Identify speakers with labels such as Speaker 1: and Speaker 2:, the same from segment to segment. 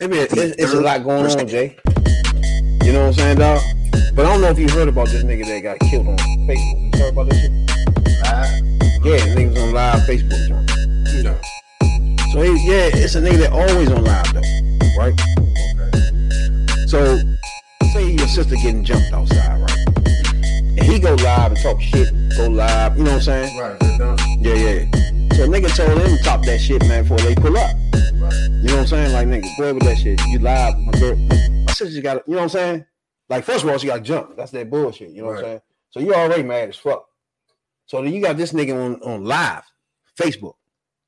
Speaker 1: Maybe it, it's, it's a lot going on, Jay. You know what I'm saying, dog? But I don't know if you heard about this nigga that got killed on Facebook. You heard about this? Shit? Yeah, niggas on live Facebook. John.
Speaker 2: No.
Speaker 1: So he, yeah, it's a nigga that always on live though, right? So say your sister getting jumped outside, right? And he go live and talk shit, go live, you know what I'm saying?
Speaker 2: Right. They're done.
Speaker 1: Yeah, yeah. So nigga told him to top that shit, man, before they pull up.
Speaker 2: Right.
Speaker 1: You know what I'm saying? Like nigga, boy with that shit. You live, my girl. My sister got you know what I'm saying? Like first of all, she got jumped. That's that bullshit. You know what I'm
Speaker 2: Right.
Speaker 1: saying? So you already mad as fuck. So then you got this nigga on, on live, Facebook,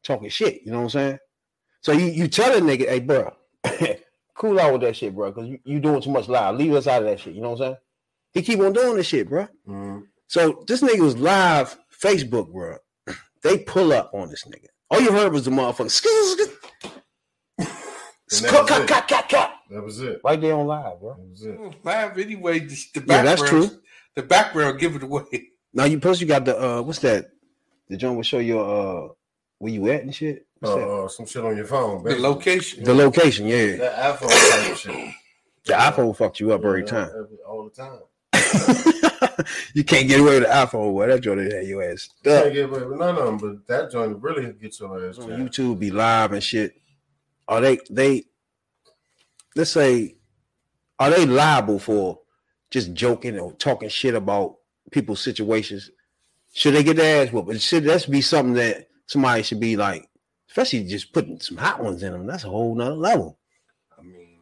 Speaker 1: talking shit. You know what I'm saying? So you, you tell the nigga, hey bro, cool out with that shit, bro, because you, you doing too much live. Leave us out of that shit. You know what I'm saying? He keep on doing this shit, bro.
Speaker 2: Mhm.
Speaker 1: So this nigga was live Facebook, bro. They pull up on this nigga. All you heard was the motherfucker. "Skizz, skizz."
Speaker 2: And that
Speaker 1: Cut,
Speaker 2: was
Speaker 1: cut,
Speaker 2: it.
Speaker 1: cut, cut, cut.
Speaker 2: That was it.
Speaker 1: Right there on live, bro.
Speaker 2: That was it.
Speaker 3: Live anyway. Just the
Speaker 1: Yeah,
Speaker 3: background.
Speaker 1: that's true.
Speaker 3: The background give it away.
Speaker 1: Now you plus you got the uh what's that? The joint will show your uh where you at and shit. What's that?
Speaker 2: Uh, uh, some shit on your phone.
Speaker 3: The
Speaker 2: Basically.
Speaker 3: location.
Speaker 1: The location, yeah.
Speaker 2: That iPhone type of shit.
Speaker 1: The iPhone fucked you up every
Speaker 2: Yeah,
Speaker 1: time.
Speaker 2: every- all the time.
Speaker 1: you can't get away with the iPhone. Well, that joint had your ass
Speaker 2: Can't
Speaker 1: stuck.
Speaker 2: get away with none of them, but that joint really gets your ass.
Speaker 1: On
Speaker 2: jacked.
Speaker 1: YouTube be live and shit. Are they they let's say are they liable for just joking or talking shit about people's situations? Should they get their ass whooped? And should that's be something that somebody should be like, especially just putting some hot ones in them. That's a whole nother level.
Speaker 3: I mean,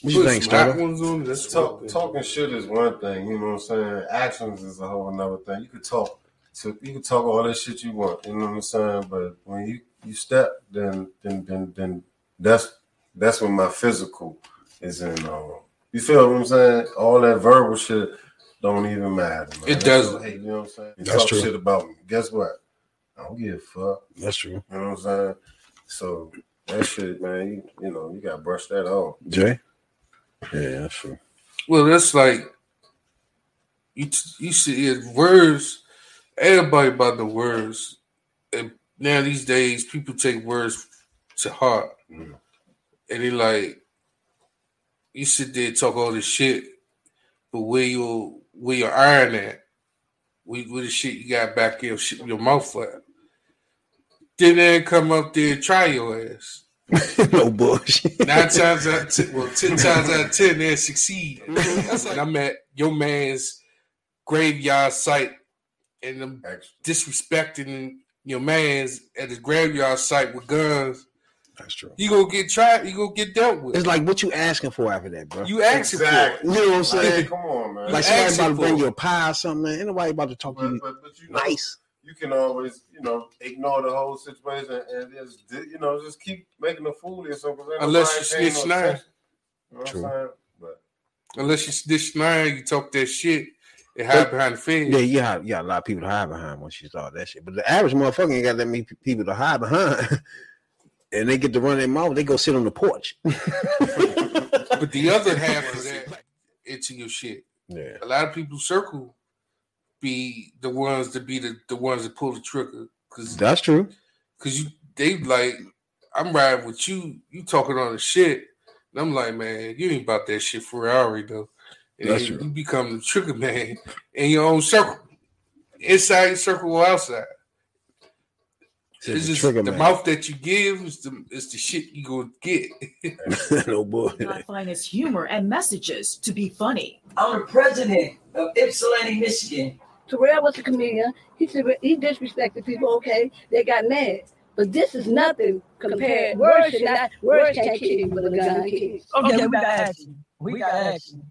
Speaker 1: What you
Speaker 3: put
Speaker 1: think,
Speaker 3: some hot
Speaker 1: Starter?
Speaker 3: ones on. it, That's
Speaker 2: Talk,
Speaker 3: what-
Speaker 2: talking shit is one thing, you know what I'm saying? Actions is a whole another thing. You could talk to you could talk all that shit you want, you know what I'm saying? But when you you step, then then then then that's that's when my physical is in um, you feel what I'm saying? All that verbal shit don't even matter. Man.
Speaker 3: It doesn't.
Speaker 2: Hey, you know what I'm saying? You
Speaker 1: That's
Speaker 2: talk
Speaker 1: true.
Speaker 2: shit about me. Guess what? I don't give a fuck.
Speaker 1: That's true.
Speaker 2: You know what I'm saying? So that shit, man, you, you know, you gotta brush that off.
Speaker 1: Jay? Yeah, that's true.
Speaker 3: Well, that's like you. T- you see it words. Everybody about the words, and now these days people take words to heart,
Speaker 2: Mhm.
Speaker 3: and they like you sit there and talk all this shit, but where you where your iron at? Where, where the shit you got back your shit, your mouth at? Then they come up there and try your ass.
Speaker 1: no bullshit.
Speaker 3: Nine times out of ten, well, ten times out of ten, they'll succeed. and I'm at your man's graveyard site, and I'm
Speaker 2: Actually.
Speaker 3: disrespecting your man's at his graveyard site with guns.
Speaker 1: That's true.
Speaker 3: You gonna get tried. You gonna get dealt
Speaker 1: It's
Speaker 3: with.
Speaker 1: like what you asking for after that, bro. You,
Speaker 3: You asking
Speaker 2: Exactly.
Speaker 1: know what I'm
Speaker 2: Like,
Speaker 1: saying?
Speaker 2: come on, man.
Speaker 1: Like
Speaker 3: asking
Speaker 1: somebody about to bring
Speaker 3: for it.
Speaker 1: you a pie or something, man. Ain't nobody about to talk to
Speaker 2: but,
Speaker 1: you
Speaker 2: but, but you know,
Speaker 1: nice.
Speaker 2: you can always, you know, ignore the whole situation and just, di- you know, just keep making a fool of yourself. 'cause ain't
Speaker 3: Unless
Speaker 2: nobody
Speaker 3: you
Speaker 2: paying
Speaker 3: snitch
Speaker 2: no
Speaker 3: now.
Speaker 2: attention. You know what I'm
Speaker 1: True.
Speaker 2: saying? But
Speaker 3: for. Unless you snitch nine, you talk that shit and hide behind the fence.
Speaker 1: Yeah, you got, you got a lot of people to hide behind once you start that shit. But the average motherfucker ain't got that many pe- people to hide behind. and they get to run their mouth, they go sit on the porch.
Speaker 3: But the other half is that into your shit.
Speaker 1: yeah.
Speaker 3: a lot of people circle be the ones that be the, the ones that pull the trigger because
Speaker 1: That's true.
Speaker 3: because you they like I'm riding with you you talking all the shit and I'm like man you ain't about that shit for real, I already though and
Speaker 1: That's
Speaker 3: then
Speaker 1: true.
Speaker 3: you become the trigger man in your own circle inside your circle or outside
Speaker 1: Said
Speaker 3: it's
Speaker 1: the
Speaker 3: just
Speaker 1: trigger
Speaker 3: the
Speaker 1: man.
Speaker 3: mouth that you give is the is the shit you gonna get
Speaker 1: no
Speaker 4: not
Speaker 1: bullshit.
Speaker 4: find its humor and messages to be funny.
Speaker 5: I'm the president of Ypsilanti, Michigan.
Speaker 6: Terrell was a comedian. He said- he disrespected people. Okay, they got mad, but this is nothing compared. Words should not. Words can't kill you, but a gun kills.
Speaker 5: Okay, Oh, we got action. We got action.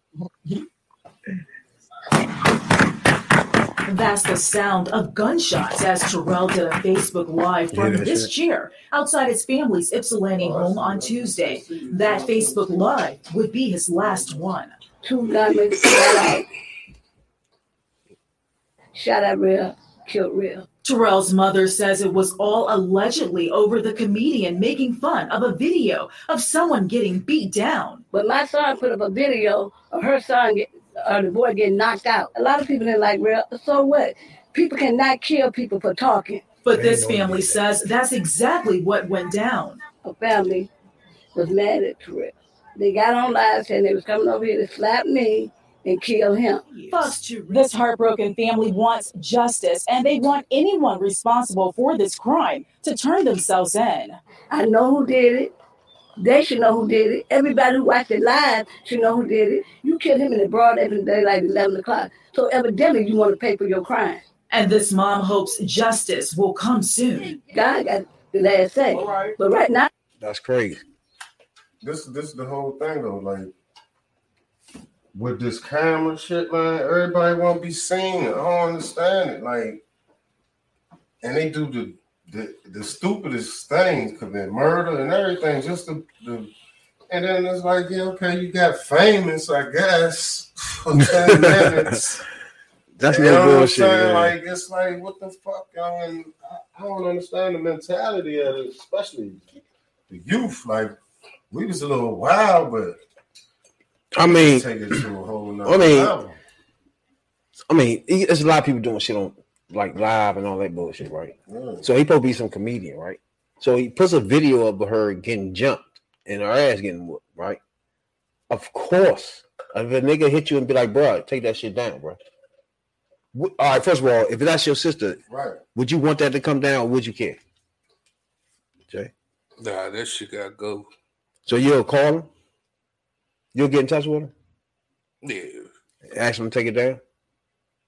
Speaker 4: That's the sound of gunshots as Terrell did a Facebook Live from
Speaker 1: Yeah, that's Oh,
Speaker 4: this
Speaker 1: it.
Speaker 4: chair outside his family's Ypsilanti home on Tuesday. That Facebook Live would be his last one.
Speaker 6: Two gunmen. shot out. Shot at real, killed real.
Speaker 4: Terrell's mother says it was all allegedly over the comedian making fun of a video of someone getting beat down.
Speaker 6: But my son put up a video of her son get, or the boy getting knocked out. A lot of people didn't like real. So what? People cannot kill people for talking.
Speaker 4: But this family says that's exactly what went down.
Speaker 6: A family was mad at Terrell. They got on live saying they was coming over here to slap me and kill him.
Speaker 4: Fox 2
Speaker 7: This heartbroken family wants justice, and they want anyone responsible for this crime to turn themselves in.
Speaker 6: I know who did it. They should know who did it. Everybody who watched it live should know who did it. You killed him in the broad day like 11 o'clock. So evidently you want to pay for your crime.
Speaker 4: And this mom hopes justice will come soon.
Speaker 6: God got the last say.
Speaker 2: All right.
Speaker 6: But right now,
Speaker 1: That's crazy.
Speaker 2: This this is the whole thing though. Like with this camera shit, man, everybody won't be seen. it. I don't understand it. Like, and they do the the, the stupidest things, commit murder and everything, just the, the and then it's like, yeah, okay, you got famous, I guess. for 10 minutes.
Speaker 1: That's
Speaker 2: You know
Speaker 1: no
Speaker 2: what I'm
Speaker 1: bullshit. man.
Speaker 2: saying? Like it's like what the fuck, y'all? And I, I don't understand the mentality of it, especially the youth. Like we was a little wild, but
Speaker 1: I mean,
Speaker 2: take it to a whole nother
Speaker 1: I mean-
Speaker 2: level.
Speaker 1: I mean, he- there's a lot of people doing shit on like live and all that bullshit, right?
Speaker 2: Yeah.
Speaker 1: So he probably be some comedian, right? So he puts a video of her getting jumped and her ass getting whooped, right? Of course, if a nigga hit you and be like, "Bruh, take that shit down, bro." All right, first of all, if that's your sister,
Speaker 2: Right.
Speaker 1: would you want that to come down? Or would you care? Jay,
Speaker 3: Nah, that shit gotta go.
Speaker 1: so you'll call him, you'll get in touch with him,
Speaker 3: Yeah,
Speaker 1: ask him to take it down.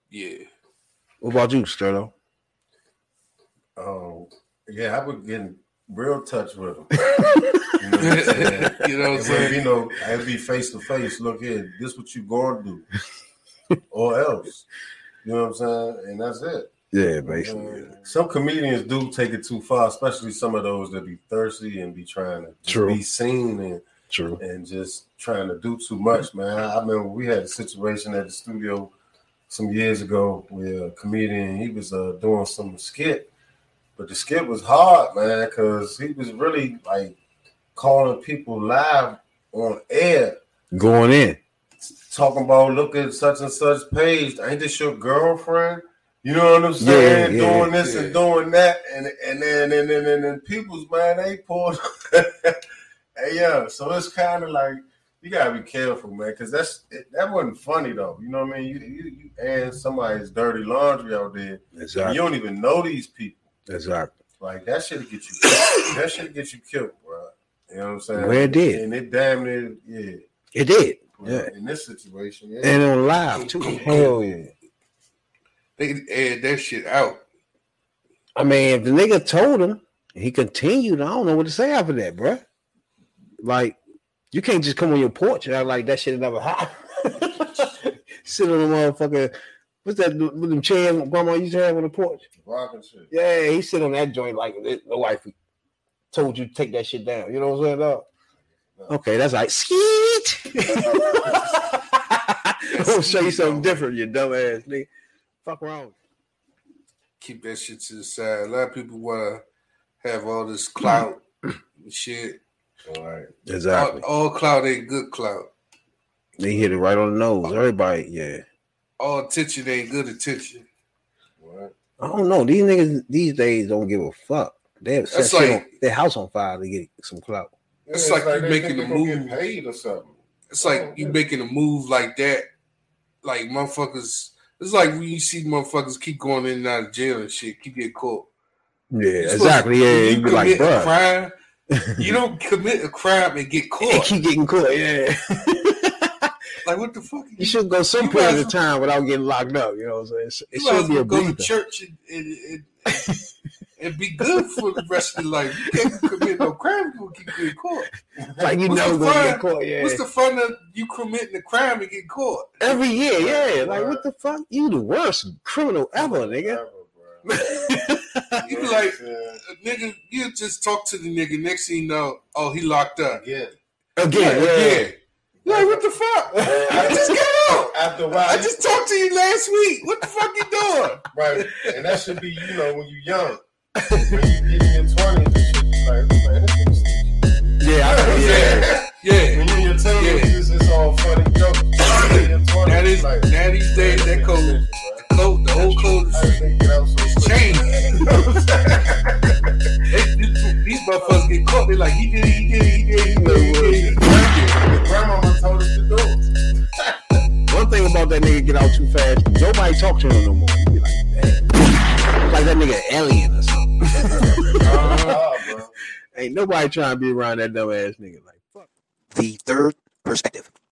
Speaker 3: yeah.
Speaker 1: What about you, Sterlo?
Speaker 2: Um, yeah, I would get in real touch with him. You know what I'm saying?
Speaker 3: you know what
Speaker 2: It wouldn't
Speaker 3: I'm
Speaker 2: be
Speaker 3: saying?
Speaker 2: no, I'd be face to face. Look here, this what you going to do, or else. You know what I'm saying? And that's it.
Speaker 1: Yeah,
Speaker 2: Uh, some comedians do take it too far, especially some of those that be thirsty and be trying to just
Speaker 1: True.
Speaker 2: be seen and,
Speaker 1: True.
Speaker 2: and just trying to do too much, man. I remember we had a situation at the studio some years ago where a comedian he was uh, doing some skit, but the skit was hard, man, because he was really like calling people live on air,
Speaker 1: Going in.
Speaker 2: talking about look at such and such page. Ain't this your girlfriend? You know what I'm saying?
Speaker 1: Yeah, yeah,
Speaker 2: doing this
Speaker 3: yeah.
Speaker 2: and doing that, and and then and then and then people's man, they pulled. hey, yeah. So it's kind of like you gotta be careful, man, because that's it, that wasn't funny though. You know what I mean? You you, you add somebody's dirty laundry out there. and
Speaker 1: Exactly.
Speaker 2: You don't even know these people.
Speaker 1: Exactly.
Speaker 2: Like that should get you. Killed. that should get you killed, bro. You know what I'm saying?
Speaker 1: Well, it did.
Speaker 2: And it damn near, yeah.
Speaker 1: It did.
Speaker 2: Well,
Speaker 1: Yeah.
Speaker 2: In this situation, yeah.
Speaker 1: And on live too. Hell yeah.
Speaker 3: They add that shit out.
Speaker 1: I mean, if the nigga told him and he continued, I don't know what to say after that, bruh. Like, you can't just come on your porch and act like that shit never happened. Sit on the motherfucker. What's that with them chairs grandma used to have on the porch?
Speaker 2: Rocking shit.
Speaker 1: Yeah, he sit on that joint like the the wife told you to take that shit down. You know what I'm saying? dog? Okay, that's like skeet. I'm gonna show you something different, you dumb ass nigga. Fuck wrong.
Speaker 3: Keep that shit to the side. A lot of people wanna have all this clout and shit.
Speaker 2: All right.
Speaker 1: Exactly.
Speaker 3: All, all clout ain't good clout.
Speaker 1: They hit it right on the nose. Everybody, yeah.
Speaker 3: All attention ain't good attention.
Speaker 2: What?
Speaker 1: I don't know. These niggas these days don't give a fuck. They have set
Speaker 3: That's
Speaker 1: shit
Speaker 3: like-
Speaker 1: on, their house on fire to get some clout.
Speaker 3: It's like you
Speaker 2: they
Speaker 3: making
Speaker 2: think
Speaker 3: a
Speaker 2: they gonna get
Speaker 3: move.
Speaker 2: paid or something.
Speaker 3: It's like you making a move like that, like motherfuckers. It's like when you see motherfuckers keep going in and out of jail and shit, keep getting caught.
Speaker 1: Yeah,
Speaker 3: You're supposed-
Speaker 1: exactly. Yeah,
Speaker 3: when
Speaker 1: you be like,
Speaker 3: commit a
Speaker 1: bruh.
Speaker 3: crime, you don't commit a crime and get
Speaker 1: They
Speaker 3: caught.
Speaker 1: keep getting caught. Yeah.
Speaker 3: Like what the fuck?
Speaker 1: you should go some
Speaker 3: You
Speaker 1: period
Speaker 3: guys-
Speaker 1: of time without getting locked up. You know what I'm saying? It
Speaker 3: you might
Speaker 1: should
Speaker 3: as
Speaker 1: be
Speaker 3: well
Speaker 1: a
Speaker 3: go to
Speaker 1: breather.
Speaker 3: church and and, and, and be good for the rest of your life. You can't commit no crime. You gonna keep getting caught.
Speaker 1: Like you
Speaker 3: What's
Speaker 1: know,
Speaker 3: the
Speaker 1: gonna get
Speaker 3: fun?
Speaker 1: caught. Oh, Yeah.
Speaker 3: What's the fun of you committing a crime and getting caught?
Speaker 1: Every year, yeah. Like what the fuck? You the worst criminal ever, nigga.
Speaker 2: bro.
Speaker 3: You be
Speaker 2: know
Speaker 3: like,
Speaker 2: what I'm
Speaker 3: a nigga, you just talk to the nigga. Next thing you know, oh, he locked up.
Speaker 2: saying? yeah.
Speaker 1: Again, yeah.
Speaker 3: Like, what the fuck? I just got out.
Speaker 2: After a while,
Speaker 3: I just talked to you last week. What the fuck you doing?
Speaker 2: right, and that should be you know when you young, when you get in your twenties, like man, this is-
Speaker 1: Yeah, I know, yeah.
Speaker 3: Yeah.
Speaker 2: when you're in your
Speaker 3: Yeah.
Speaker 2: twenties, it's, it's all funny jokes. When you're in your 20s,
Speaker 3: That is
Speaker 2: like,
Speaker 3: now these days that code, code the whole code
Speaker 2: How
Speaker 3: is
Speaker 2: you think it out so quick?
Speaker 3: changed. They- These motherfuckers get caught. They're like, he did it, he did it, he did it, he did it.
Speaker 1: thing about that nigga get out too fast, nobody talk to him no more. You be like, "Damn." like that nigga alien or something.
Speaker 3: Uh-huh.
Speaker 2: Nah, bro.
Speaker 1: Ain't nobody trying to be around that dumb ass nigga. Like, fuck.
Speaker 8: The third perspective.